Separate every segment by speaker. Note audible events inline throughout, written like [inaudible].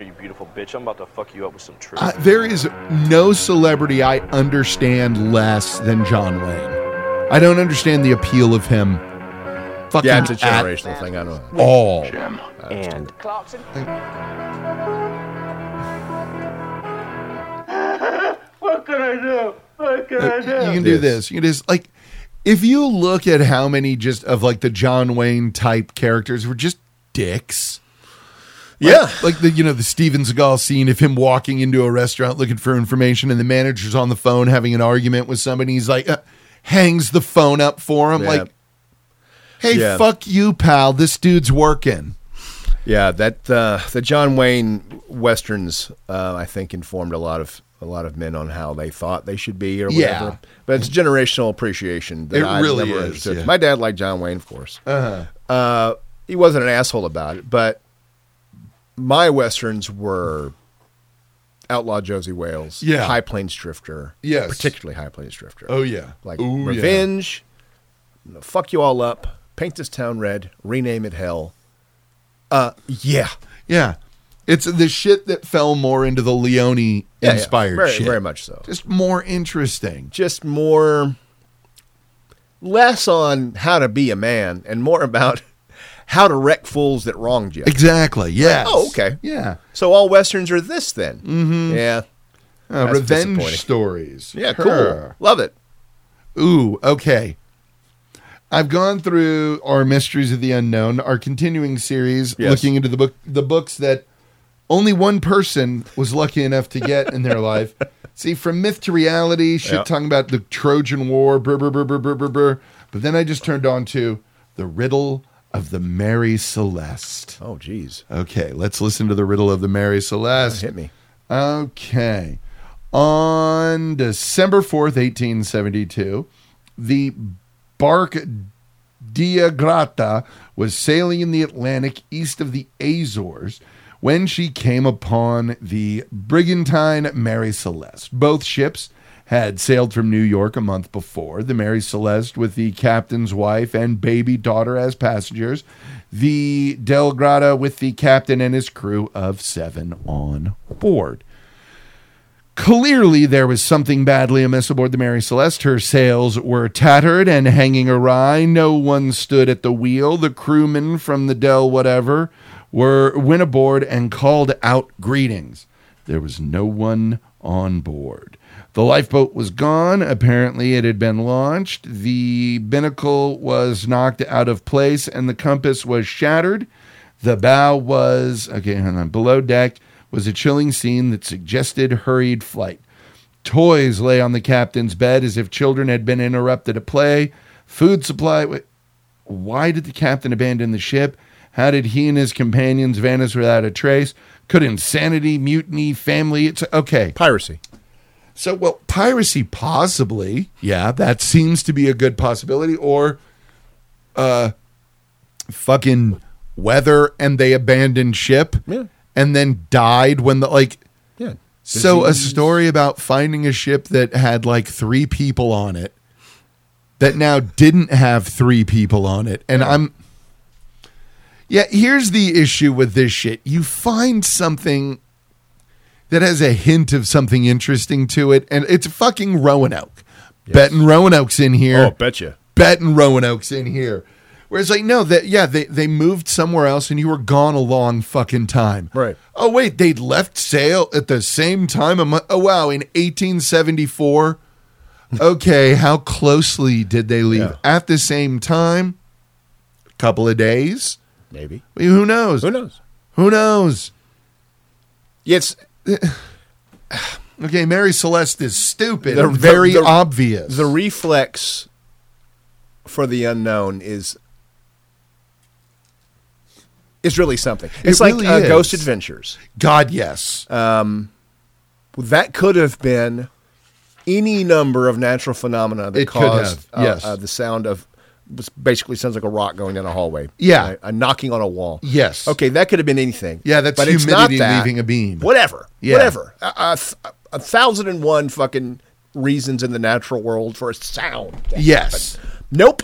Speaker 1: You beautiful bitch. I'm about to fuck you up with some truth.
Speaker 2: Uh, there is no celebrity I understand less than John Wayne. I don't understand the appeal of him. Fucking
Speaker 3: Yeah, it's a
Speaker 2: at
Speaker 3: generational thing. I know.
Speaker 2: all. [laughs]
Speaker 1: and
Speaker 4: Clarkson.
Speaker 2: Uh, You can do this. You can just like if you look at how many just of like the John Wayne type characters were just dicks. Like-
Speaker 3: Yeah.
Speaker 2: like the you know the Steven Seagal scene of him walking into a restaurant looking for information and the manager's on the phone having an argument with somebody. He's like, uh, hangs the phone up for him,
Speaker 3: Yeah.
Speaker 2: like, "Hey,
Speaker 3: Yeah.
Speaker 2: fuck you, pal. This dude's working."
Speaker 3: Yeah, that uh, the John Wayne westerns, uh, I think, informed a lot of a lot of men on how they thought they should be or
Speaker 2: Yeah.
Speaker 3: whatever. But it's generational appreciation. That
Speaker 2: It
Speaker 3: I
Speaker 2: really
Speaker 3: never
Speaker 2: is,
Speaker 3: understood.
Speaker 2: yeah. Uh,
Speaker 3: My dad liked John Wayne, of course. Uh-huh. he wasn't an asshole about it, but my westerns were Outlaw Josie Wales,
Speaker 2: Yeah.
Speaker 3: High Plains Drifter,
Speaker 2: Yes.
Speaker 3: particularly High Plains Drifter.
Speaker 2: Oh, yeah.
Speaker 3: like
Speaker 2: Ooh, yeah.
Speaker 3: Revenge, fuck you all up, paint this town red, rename it hell. Uh, yeah.
Speaker 2: Yeah, it's the shit that fell more into the Leone
Speaker 3: Yeah, yeah.
Speaker 2: inspired
Speaker 3: very,
Speaker 2: shit,
Speaker 3: Very much so.
Speaker 2: just more interesting.
Speaker 3: Just more, less on how to be a man and more about [laughs] how to wreck fools that wronged you.
Speaker 2: Exactly. Yes.
Speaker 3: Oh, okay.
Speaker 2: Yeah.
Speaker 3: So all westerns are this then. Mm-hmm. Yeah.
Speaker 2: Uh,
Speaker 3: That's disappointing.
Speaker 2: revenge stories.
Speaker 3: Yeah, cool.
Speaker 2: Her.
Speaker 3: Love it.
Speaker 2: Ooh, okay. I've gone through our Mysteries of the Unknown, our continuing series,
Speaker 3: Yes.
Speaker 2: looking into the book the books that only one person was lucky enough to get in their
Speaker 3: [laughs]
Speaker 2: life. See, from myth to reality, shit
Speaker 3: Yeah.
Speaker 2: talking about the Trojan War, brr, brr, brr, brr, brr, brr, brr. But then I just turned on to the riddle of the Mary Celeste.
Speaker 3: Oh, geez.
Speaker 2: Okay, let's listen to the riddle of the Mary Celeste.
Speaker 3: Hit me.
Speaker 2: Okay. On December 4th, 1872, the bark Diagrata was sailing in the Atlantic east of the Azores when she came upon the brigantine Mary Celeste. Both ships had sailed from New York a month before, the Mary Celeste with the captain's wife and baby daughter as passengers, the Delgrata with the captain and his crew of seven on board. Clearly, there was something badly amiss aboard the Mary Celeste. Her sails were tattered and hanging awry. No one stood at the wheel. The crewmen from the Dell, whatever, were went aboard and called out greetings. There was no one on board. The lifeboat was gone. Apparently, it had been launched. The binnacle was knocked out of place, and the compass was shattered. The bow was okay. Hang on. Below deck was a chilling scene that suggested hurried flight. Toys lay on the captain's bed as if children had been interrupted at play. Food supply. wa- Why did the captain abandon the ship? How did he and his companions vanish without a trace? Could insanity, mutiny, family? It's okay.
Speaker 3: Piracy.
Speaker 2: So, well, piracy possibly. Yeah, that seems to be a good possibility. Or, uh, fucking weather and they abandoned ship
Speaker 3: Yeah.
Speaker 2: and then died when the like.
Speaker 3: Yeah.
Speaker 2: So, a story about finding a ship that had like three people on it that now didn't have three people on it. And I'm. Yeah, here's the issue with this shit. You find something that has a hint of something interesting to it, and it's fucking Roanoke. Betting Roanoke's in here
Speaker 3: Oh, betcha.
Speaker 2: betting Roanoke's in here. Whereas like, no, that yeah, they they moved somewhere else and you were gone a long fucking time.
Speaker 3: Right.
Speaker 2: Oh wait, they'd left sail at the same time. A mo- oh wow, in 1874. Okay, [laughs] how closely did they leave
Speaker 3: Yeah.
Speaker 2: at the same time? A couple of days.
Speaker 3: Maybe.
Speaker 2: I mean, who knows?
Speaker 3: Who knows?
Speaker 2: Who knows?
Speaker 3: It's
Speaker 2: Okay, Mary Celeste is stupid.
Speaker 3: The-
Speaker 2: and very
Speaker 3: the- the-
Speaker 2: obvious.
Speaker 3: the reflex for the unknown is is really something. It's like
Speaker 2: really
Speaker 3: uh,
Speaker 2: is.
Speaker 3: Ghost Adventures.
Speaker 2: God, yes.
Speaker 3: Uh, That could have been any number of natural phenomena that
Speaker 2: It could
Speaker 3: caused
Speaker 2: have, yes.
Speaker 3: uh, uh, the sound of basically sounds like a rock going down a hallway.
Speaker 2: Yeah.
Speaker 3: right? a knocking on a wall.
Speaker 2: Yes.
Speaker 3: Okay, that could have been anything.
Speaker 2: Yeah, that's
Speaker 3: but it's not
Speaker 2: humidity
Speaker 3: that.
Speaker 2: leaving a beam.
Speaker 3: Whatever.
Speaker 2: Yeah.
Speaker 3: Whatever. A, a th- a thousand and one fucking reasons in the natural world for a sound. to
Speaker 2: yes.
Speaker 3: Nope.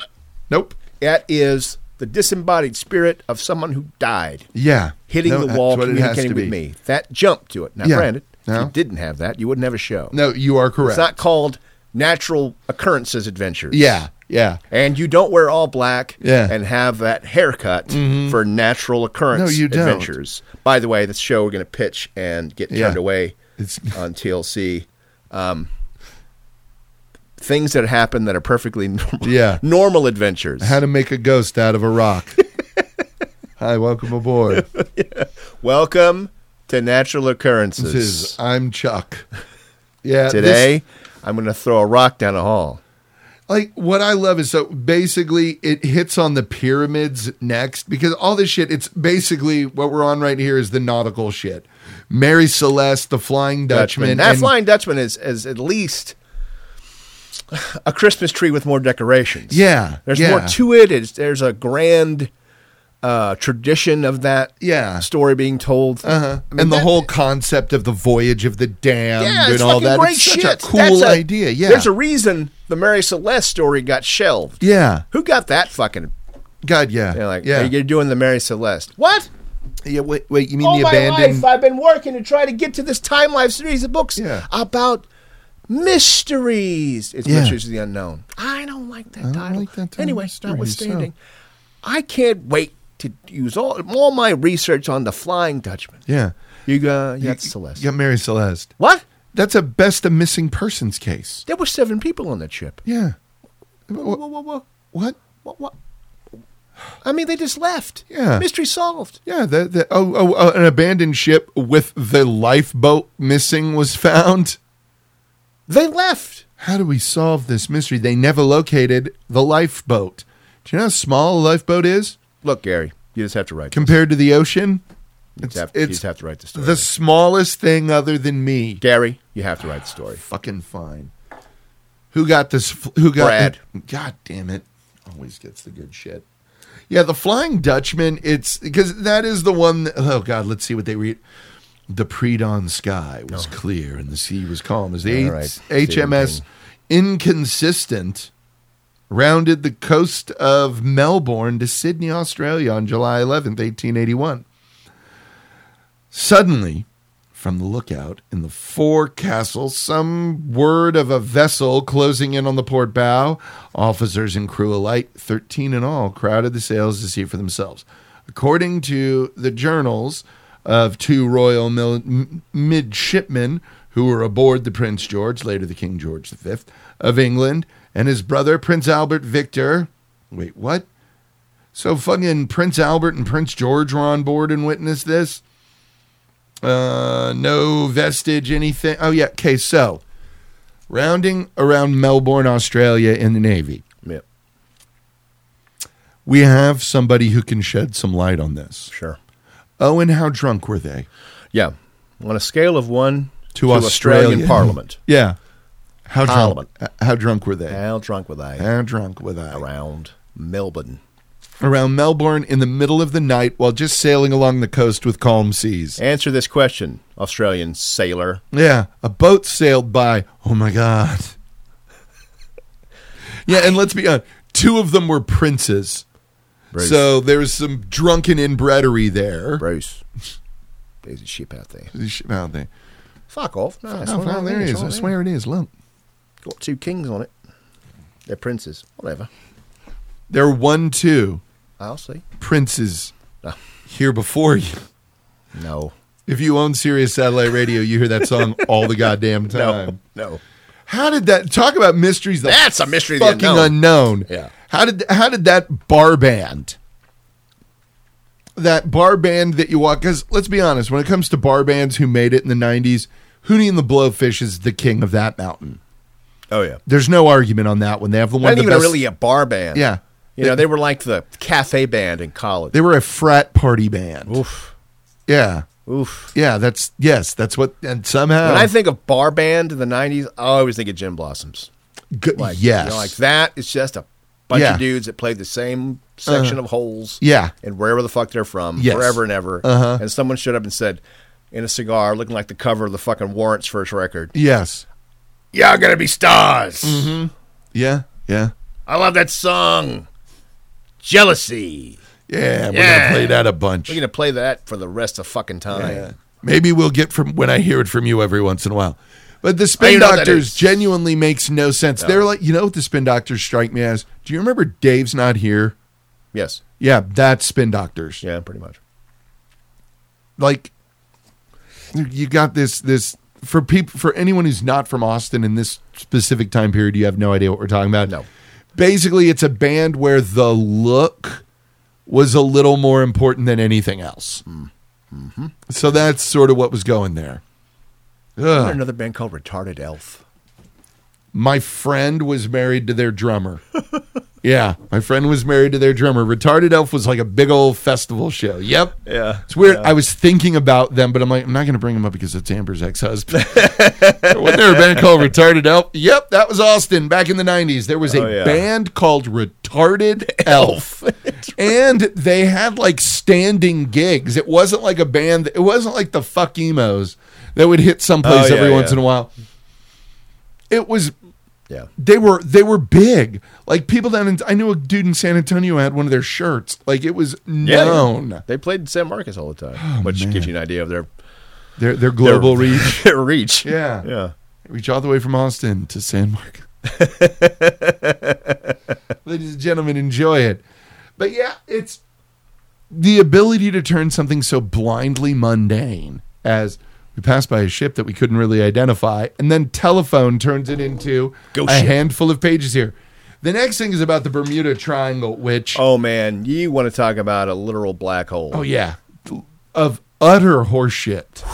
Speaker 2: Nope.
Speaker 3: That is the the disembodied spirit of someone who died,
Speaker 2: Yeah.
Speaker 3: hitting
Speaker 2: No,
Speaker 3: the
Speaker 2: that's
Speaker 3: wall,
Speaker 2: what it has to
Speaker 3: communicating with
Speaker 2: be.
Speaker 3: me. That jump to it. Now,
Speaker 2: Yeah.
Speaker 3: granted, if
Speaker 2: No.
Speaker 3: you didn't have that, you wouldn't have a show.
Speaker 2: No, you are correct.
Speaker 3: It's not called natural occurrences adventures.
Speaker 2: yeah. Yeah.
Speaker 3: And you don't wear all black
Speaker 2: Yeah. Mm-hmm.
Speaker 3: and have that haircut for natural occurrence
Speaker 2: No, you don't.
Speaker 3: adventures. By the way, this show we're going to pitch and get
Speaker 2: Yeah.
Speaker 3: turned away
Speaker 2: It's [laughs]
Speaker 3: on TLC. Um, things that happen that are perfectly [laughs] normal,
Speaker 2: Yeah.
Speaker 3: normal adventures.
Speaker 2: how to make a ghost out of a
Speaker 3: [laughs]
Speaker 2: rock. Hi, welcome aboard.
Speaker 3: Welcome to Natural
Speaker 2: This
Speaker 3: Occurrences.
Speaker 2: is I'm Chuck. Yeah. this-
Speaker 3: Today, I'm going to throw a rock down a hall.
Speaker 2: like what I love is so basically it hits on the pyramids next because all this shit it's basically what we're on right here is the nautical shit. Mary Celeste, the Flying Dutchman.
Speaker 3: That
Speaker 2: and-
Speaker 3: Flying Dutchman is, is at least a Christmas tree with more decorations.
Speaker 2: Yeah,
Speaker 3: There's
Speaker 2: yeah.
Speaker 3: more to it. It's, there's a grand uh, tradition of that
Speaker 2: Yeah.
Speaker 3: story being told.
Speaker 2: Uh-huh.
Speaker 3: I mean,
Speaker 2: and the
Speaker 3: that-
Speaker 2: whole concept of the voyage of the damned
Speaker 3: Yeah,
Speaker 2: and
Speaker 3: it's
Speaker 2: all
Speaker 3: fucking
Speaker 2: that.
Speaker 3: great
Speaker 2: it's such
Speaker 3: shit.
Speaker 2: a cool
Speaker 3: That's
Speaker 2: idea. Yeah.
Speaker 3: There's a reason the Mary Celeste story got shelved.
Speaker 2: yeah.
Speaker 3: Who got that fucking?
Speaker 2: God, yeah.
Speaker 3: They're like,
Speaker 2: yeah.
Speaker 3: "Hey, you're doing the Mary Celeste. What?
Speaker 2: yeah. Wait, wait, you mean
Speaker 3: All
Speaker 2: the
Speaker 3: Oh my
Speaker 2: abandoned?
Speaker 3: life, I've been working to try to get to this Time Life series of books
Speaker 2: Yeah.
Speaker 3: about mysteries. It's
Speaker 2: Yeah.
Speaker 3: mysteries of the unknown. I don't like that
Speaker 2: don't
Speaker 3: title.
Speaker 2: like that title,
Speaker 3: anyway,
Speaker 2: mysteries,
Speaker 3: notwithstanding, I can't wait to use all all my research on the Flying Dutchman.
Speaker 2: yeah.
Speaker 3: You got you got
Speaker 2: You-
Speaker 3: Celeste.
Speaker 2: You got Mary Celeste.
Speaker 3: What?
Speaker 2: That's a best of missing persons case.
Speaker 3: There were seven people on that ship.
Speaker 2: Yeah.
Speaker 3: Whoa, whoa, whoa, whoa.
Speaker 2: What?
Speaker 3: What, what? I mean, they just left.
Speaker 2: Yeah.
Speaker 3: Mystery solved.
Speaker 2: Yeah, the, the oh, oh, oh, an abandoned ship with the lifeboat missing was found.
Speaker 3: They left.
Speaker 2: How do we solve this mystery? They never located the lifeboat. Do you know how small a lifeboat is
Speaker 3: Look, Gary, you just have to write.
Speaker 2: compared to the ocean?
Speaker 3: you, just
Speaker 2: It's,
Speaker 3: have, you
Speaker 2: it's
Speaker 3: just have to write the story.
Speaker 2: the smallest thing other than me.
Speaker 3: Gary, you have to write the story.
Speaker 2: Fucking fine. Who got this? f- Who got
Speaker 3: Brad.
Speaker 2: God damn it! Always gets the good shit. Yeah, the Flying Dutchman. It's because that is the one. That, oh God, let's see what they read. The pre-dawn sky was clear and the sea was calm as the
Speaker 3: Oh. All
Speaker 2: H-
Speaker 3: right,
Speaker 2: HMS
Speaker 3: Stephen
Speaker 2: Inconsistent rounded the coast of Melbourne to Sydney, Australia on July 11th, 1881. Suddenly, from the lookout in the forecastle, some word of a vessel closing in on the port bow. Officers and crew alike, 13 in all, crowded the sails to see for themselves. According to the journals of two royal mil- m- midshipmen who were aboard the Prince George, later the King George V of England, and his brother, Prince Albert Victor. Wait, what? So fucking Prince Albert and Prince George were on board and witnessed this? Uh, no vestige, anything. Oh, yeah. Okay, so rounding around Melbourne, Australia in the Navy,
Speaker 3: Yep,
Speaker 2: we have somebody who can shed some light on this.
Speaker 3: sure.
Speaker 2: Oh, and how drunk were they?
Speaker 3: Yeah. On a scale of one
Speaker 2: To Australia. [laughs]
Speaker 3: Australian Parliament,
Speaker 2: Yeah. How drunk,
Speaker 3: Parliament.
Speaker 2: h- how drunk were they?
Speaker 3: how drunk were they
Speaker 2: How drunk were they?
Speaker 3: around Melbourne?
Speaker 2: Around Melbourne in the middle of the night while just sailing along the coast with calm seas.
Speaker 3: Answer this question, Australian sailor.
Speaker 2: Yeah, a boat sailed by. Oh my god. [laughs] Yeah, and let's be honest, two of them were princes.
Speaker 3: Bruce.
Speaker 2: So there was some drunken inbreedery there.
Speaker 3: Bruce, there's a ship out there.
Speaker 2: This shit out there.
Speaker 3: Fuck off. No, it's
Speaker 2: Oh,
Speaker 3: not
Speaker 2: wow,
Speaker 3: out
Speaker 2: there it
Speaker 3: It's
Speaker 2: is. I
Speaker 3: not
Speaker 2: swear it is. Look.
Speaker 3: there. Got two kings on it. They're princes. Whatever.
Speaker 2: They're one, two
Speaker 3: I'll see.
Speaker 2: princes
Speaker 3: Ah.
Speaker 2: here before you.
Speaker 3: No.
Speaker 2: If you own Sirius Satellite Radio, you hear that song all the [laughs] goddamn time.
Speaker 3: No. No.
Speaker 2: How did that talk about mysteries? The
Speaker 3: That's a mystery of the
Speaker 2: fucking unknown.
Speaker 3: Yeah.
Speaker 2: How did how did that bar band? That bar band that you walk because let's be honest, when it comes to bar bands who made it in the '90s, Hootie and the Blowfish is the king of that mountain.
Speaker 3: Oh, yeah.
Speaker 2: There's no argument on that one. They have the one.
Speaker 3: Not
Speaker 2: of the
Speaker 3: even
Speaker 2: best-
Speaker 3: really a bar band.
Speaker 2: Yeah.
Speaker 3: You know, they were like the cafe band in college.
Speaker 2: They were a frat party band.
Speaker 3: Oof.
Speaker 2: Yeah,
Speaker 3: Oof.
Speaker 2: yeah. That's yes. That's what. And somehow,
Speaker 3: When I think of bar band in the '90s, I always think of Jim Blossoms.
Speaker 2: G-
Speaker 3: Like,
Speaker 2: yes,
Speaker 3: you know, like that. It's just a bunch
Speaker 2: Yeah. Uh-huh.
Speaker 3: of dudes that played the same section of holes.
Speaker 2: Yeah.
Speaker 3: and wherever the fuck they're from,
Speaker 2: Yes.
Speaker 3: forever and ever.
Speaker 2: Uh-huh.
Speaker 3: And someone showed up and said, in a cigar, looking like the cover of the fucking Warrants first record,
Speaker 2: yes,
Speaker 3: "Y'all
Speaker 2: Mm-hmm.
Speaker 3: gonna be stars."
Speaker 2: yeah, yeah.
Speaker 3: I love that song. Jealousy.
Speaker 2: Yeah, we're
Speaker 3: Yeah.
Speaker 2: gonna play that a bunch.
Speaker 3: We're gonna play that for the rest of fucking time.
Speaker 2: Yeah. Maybe we'll get from when I hear it from you every once in a while. But the
Speaker 3: Oh,
Speaker 2: spin
Speaker 3: you know what that
Speaker 2: doctors
Speaker 3: is.
Speaker 2: genuinely makes no sense. They're like, you know what the spin doctors strike me as? Do you remember Dave's not here?
Speaker 3: Yes.
Speaker 2: Yeah, that's spin doctors.
Speaker 3: Yeah, pretty much.
Speaker 2: Like you got this this for people for anyone who's not from Austin in this specific time period, you have no idea what we're talking about.
Speaker 3: No.
Speaker 2: Basically, it's a band where the look was a little more important than anything else.
Speaker 3: Mm.
Speaker 2: So that's sort of what was going there. Ugh.
Speaker 3: Another band called Retarded Elf.
Speaker 2: my friend was married to their
Speaker 3: [laughs]
Speaker 2: drummer. yeah, my friend was married to their drummer. Retarded Elf was like a big old festival show. Yep.
Speaker 3: Yeah.
Speaker 2: It's weird. I was thinking about them, but I'm like, I'm not going to bring them up because it's Amber's ex
Speaker 3: [laughs]
Speaker 2: husband. Wasn't there a band called Retarded Elf? Yep, that was Austin back in the 90s. There was a
Speaker 3: Oh, yeah.
Speaker 2: band called Retarded
Speaker 3: [laughs]
Speaker 2: Elf. and they had like standing gigs. It wasn't like a band, it wasn't like the fuck emos that would hit someplace
Speaker 3: Oh, yeah,
Speaker 2: every once
Speaker 3: yeah.
Speaker 2: in a while. It was
Speaker 3: Yeah.
Speaker 2: they were they were big. Like people down in I knew a dude in San Antonio had one of their shirts. Like it was known.
Speaker 3: They played in San Marcos all the
Speaker 2: Oh,
Speaker 3: time, which gives you an idea of their [laughs]
Speaker 2: Their their global
Speaker 3: their,
Speaker 2: reach.
Speaker 3: their
Speaker 2: [laughs]
Speaker 3: reach.
Speaker 2: Yeah.
Speaker 3: Yeah.
Speaker 2: Reach all the way from Austin to San Marcos.
Speaker 3: [laughs]
Speaker 2: Ladies and gentlemen, enjoy it. But yeah, it's the ability to turn something so blindly mundane as we passed by a ship that we couldn't really identify, and then telephone turns it into
Speaker 3: Ghost
Speaker 2: a
Speaker 3: ship.
Speaker 2: handful of pages here. The next thing is about the Bermuda Triangle, which
Speaker 3: Oh man, you want to talk about a literal black hole?
Speaker 2: Oh yeah, of utter horseshit.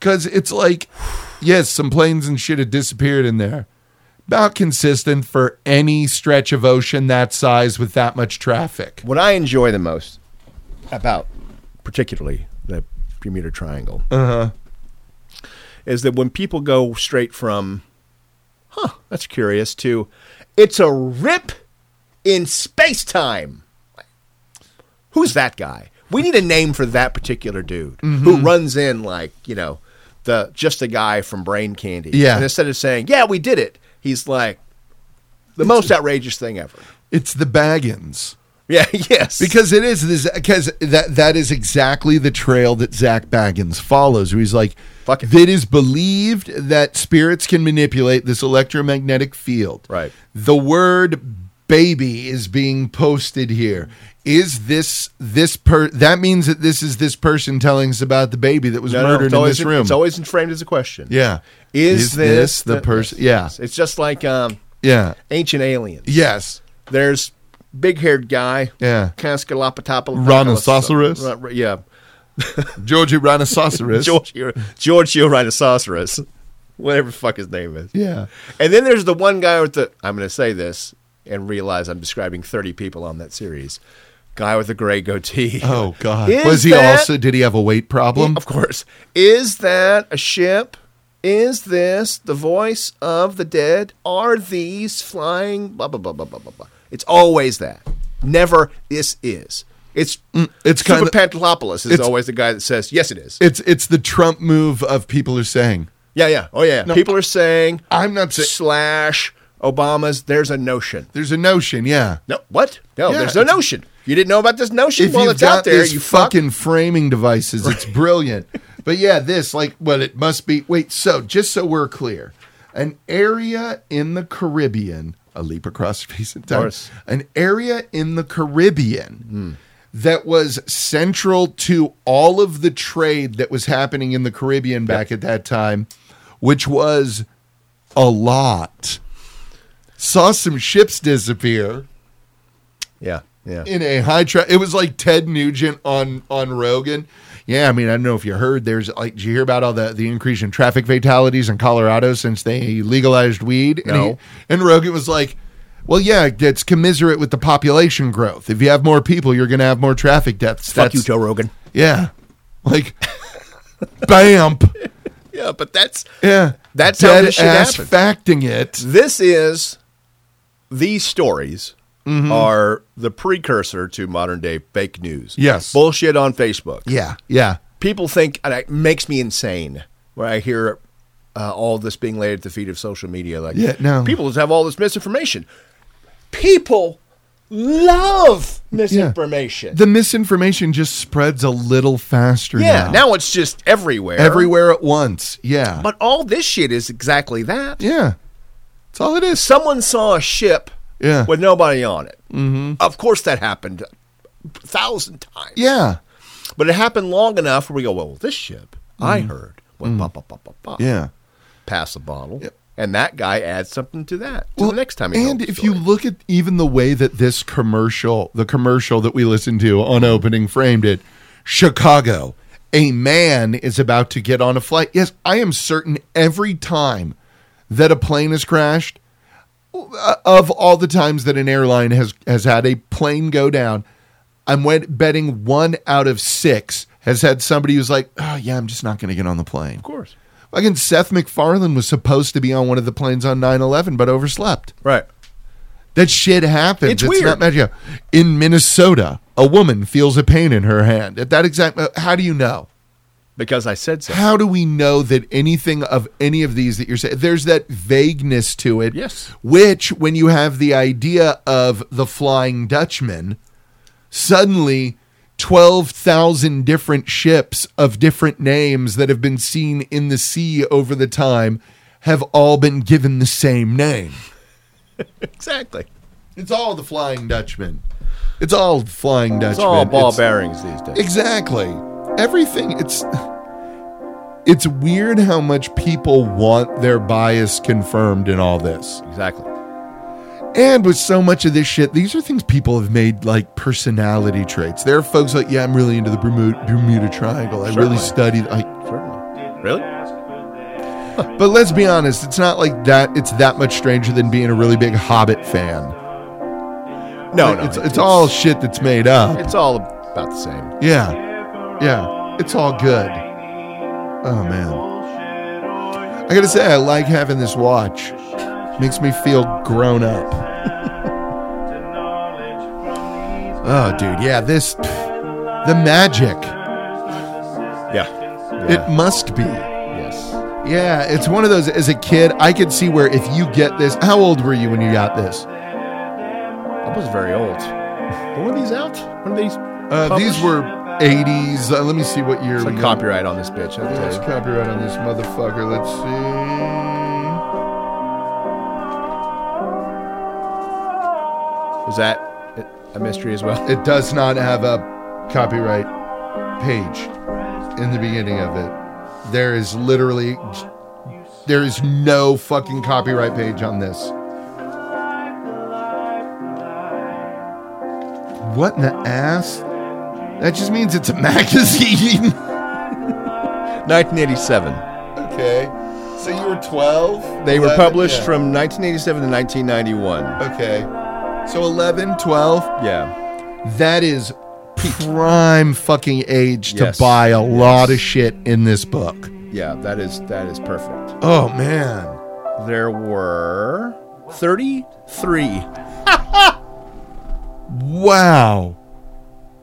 Speaker 2: Because it's like, yes, some planes and shit had disappeared in there. About consistent for any stretch of ocean that size with that much traffic.
Speaker 3: What I enjoy the most about, particularly the Bermuda Triangle,
Speaker 2: Uh-huh.
Speaker 3: is that when people go straight from, huh, that's curious, to, it's a rip in space time. Who's that guy? We need a name for that particular dude who
Speaker 2: Mm-hmm.
Speaker 3: runs in like you know, the just the guy from Brain Candy.
Speaker 2: Yeah.
Speaker 3: And instead of saying, "Yeah, we did it," he's like, "The most outrageous thing ever." [laughs]
Speaker 2: It's the Baggins.
Speaker 3: Yeah. Yes.
Speaker 2: Because it is this because that that is exactly the trail that Zach Baggins follows. Where he's like,
Speaker 3: Fuck it.
Speaker 2: it is believed that spirits can manipulate this electromagnetic field.
Speaker 3: Right.
Speaker 2: The word baby is being posted here. Is this this per that means that this is this person telling us about the baby that was
Speaker 3: No, no,
Speaker 2: murdered
Speaker 3: it's
Speaker 2: in
Speaker 3: always,
Speaker 2: this room?
Speaker 3: It's always framed as a question.
Speaker 2: yeah.
Speaker 3: Is, this,
Speaker 2: the, person? Yeah.
Speaker 3: It's just like um,
Speaker 2: Yeah.
Speaker 3: ancient aliens.
Speaker 2: Yes.
Speaker 3: There's big haired guy.
Speaker 2: Yeah.
Speaker 3: Cascalopatopoulos.
Speaker 2: Rhinoceros?
Speaker 3: Ri- ri- Yeah.
Speaker 2: Georgie
Speaker 3: [laughs]
Speaker 2: Rhinoceros.
Speaker 3: Giorgio, Giorgio Rhinoceros. [laughs] Whatever the fuck his name is.
Speaker 2: yeah.
Speaker 3: And then there's the one guy with the. I'm going to say this and realize I'm describing 30 people on that series. Guy with the gray goatee.
Speaker 2: Oh God.
Speaker 3: [laughs] Is
Speaker 2: was he
Speaker 3: that-
Speaker 2: also did he have a weight problem?
Speaker 3: Of course. Is that a ship? Is this the voice of the dead? Are these flying? Blah, blah, blah, blah, blah, blah, blah. It's always that. Never this is. It's
Speaker 2: Mm, it's kinda-
Speaker 3: Super Pantalopolis is
Speaker 2: it's-
Speaker 3: always the guy that says, yes, it is.
Speaker 2: It's it's the Trump move of people are saying
Speaker 3: yeah, yeah. Oh, yeah. People are saying,
Speaker 2: I'm not saying
Speaker 3: slash Obama's, there's a notion.
Speaker 2: there's a notion, yeah.
Speaker 3: No, what? No,
Speaker 2: Yeah,
Speaker 3: there's a
Speaker 2: it's-
Speaker 3: notion. You didn't know about this notion?
Speaker 2: If
Speaker 3: Well,
Speaker 2: you've
Speaker 3: it's
Speaker 2: got
Speaker 3: out there.
Speaker 2: this
Speaker 3: You fuck.
Speaker 2: fucking framing devices, it's brilliant. but yeah, this like well, it must be. Wait, so just so we're clear, an area in the Caribbean, a leap across space and time,
Speaker 3: course. Hmm.
Speaker 2: an area in the Caribbean. That was central to all of the trade that was happening in the Caribbean back at that time, which was a lot. Saw some ships disappear
Speaker 3: Yeah, yeah.
Speaker 2: in a high track. It was like Ted Nugent on on Rogan. Yeah, I mean, I don't know if you heard. There's like, did you hear about all the the increase in traffic fatalities in Colorado since they legalized weed? And,
Speaker 3: No.
Speaker 2: and Rogan was like, well, yeah, it's commiserate with the population growth. If you have more people, you're going to have more traffic deaths.
Speaker 3: fuck you, Joe Rogan.
Speaker 2: Yeah, like, [laughs] bam.
Speaker 3: Yeah, but that's
Speaker 2: Yeah,
Speaker 3: That's how
Speaker 2: dead
Speaker 3: this shit
Speaker 2: ass
Speaker 3: happens.
Speaker 2: facting it.
Speaker 3: this is these stories
Speaker 2: Mm-hmm.
Speaker 3: are the precursor to modern day fake news.
Speaker 2: Yes.
Speaker 3: bullshit on Facebook.
Speaker 2: Yeah, yeah,
Speaker 3: people think and it makes me insane when I hear uh, all this being laid at the feet of social media. Like,
Speaker 2: Yeah, no.
Speaker 3: people just have all this misinformation. People love misinformation.
Speaker 2: The misinformation just spreads a little faster.
Speaker 3: yeah,
Speaker 2: now,
Speaker 3: now it's just everywhere.
Speaker 2: everywhere at once. Yeah,
Speaker 3: But all this shit is exactly that.
Speaker 2: yeah, that's all it is.
Speaker 3: Someone saw a ship
Speaker 2: Yeah.
Speaker 3: with nobody on it. Mm-hmm. Of course, that happened a thousand times.
Speaker 2: Yeah,
Speaker 3: But it happened long enough where we go, well, this ship, I heard, went bop, bop, bop, bop, bop.
Speaker 2: Mm-hmm. yeah.
Speaker 3: Pass a bottle. And that guy adds something to that. to the next time he
Speaker 2: and
Speaker 3: tells the
Speaker 2: if you
Speaker 3: story.
Speaker 2: look at even the way that this commercial, the commercial that we listened to on opening, framed it, Chicago, a man is about to get on a flight. Yes, I am certain every time that a plane has crashed, uh, of all the times that an airline has has had a plane go down, I'm wed- betting one out of six has had somebody who's like, oh yeah, I'm just not going to get on the plane.
Speaker 3: Of course.
Speaker 2: Again, Seth MacFarlane was supposed to be on one of the planes on 9/11, but overslept.
Speaker 3: Right.
Speaker 2: That shit happens.
Speaker 3: It's weird.
Speaker 2: not magic. In Minnesota, a woman feels a pain in her hand. At that exact uh, how do you know?
Speaker 3: Because I said so.
Speaker 2: How do we know that anything of any of these that you're saying there's that vagueness to it.
Speaker 3: Yes.
Speaker 2: Which when you have the idea of the flying Dutchman, suddenly 12,000 different ships of different names that have been seen in the sea over the time have all been given the same name.
Speaker 3: Exactly.
Speaker 2: It's all the Flying Dutchman. It's all Flying Dutchman.
Speaker 3: It's all ball
Speaker 2: It's-
Speaker 3: bearings these days.
Speaker 2: Exactly. Everything. It's. It's weird how much people want their bias confirmed in all this.
Speaker 3: exactly.
Speaker 2: And with so much of this shit, these are things people have made like personality traits. There are folks like, yeah, I'm really into the Bermuda, Bermuda Triangle. I really
Speaker 3: Certainly.
Speaker 2: study. Like,
Speaker 3: Certainly. Really?
Speaker 2: [laughs] but let's be honest, it's not like that. It's that much stranger than being a really big Hobbit fan.
Speaker 3: No, no.
Speaker 2: it's, it's all shit that's made up.
Speaker 3: It's all about the same.
Speaker 2: Yeah. Yeah. It's all good. Oh, man. I gotta say, I like having this watch. Makes me feel grown up. oh, dude. Yeah, this. pff, the magic.
Speaker 3: Yeah.
Speaker 2: It must be.
Speaker 3: yes.
Speaker 2: Yeah, it's one of those. As a kid, I could see where if you get this. How old were you when you got this?
Speaker 3: I was very old. When were these out? When were these?
Speaker 2: Uh, these
Speaker 3: published?
Speaker 2: were 80s. Uh, let me see what year.
Speaker 3: It's
Speaker 2: we
Speaker 3: like
Speaker 2: got.
Speaker 3: copyright on this bitch. I'll
Speaker 2: There's
Speaker 3: tell you.
Speaker 2: copyright on this motherfucker. Let's see.
Speaker 3: Is that a- a mystery as well? [laughs]
Speaker 2: It does not have a copyright page in the beginning of it. There is literally there is no fucking copyright page on this. What in the ass? That just means it's a [laughs] magazine.
Speaker 3: 1987.
Speaker 2: okay. So you were 12?
Speaker 3: They were published from 1987 to 1991.
Speaker 2: Okay. So 11, 12,
Speaker 3: Yeah.
Speaker 2: That is prime fucking age
Speaker 3: Yes.
Speaker 2: to buy a lot of shit in this book.
Speaker 3: Yeah. That is that is perfect.
Speaker 2: Oh man.
Speaker 3: There were 33.
Speaker 2: Wow.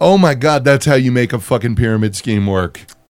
Speaker 2: Oh my god, that's how you make a fucking pyramid scheme work.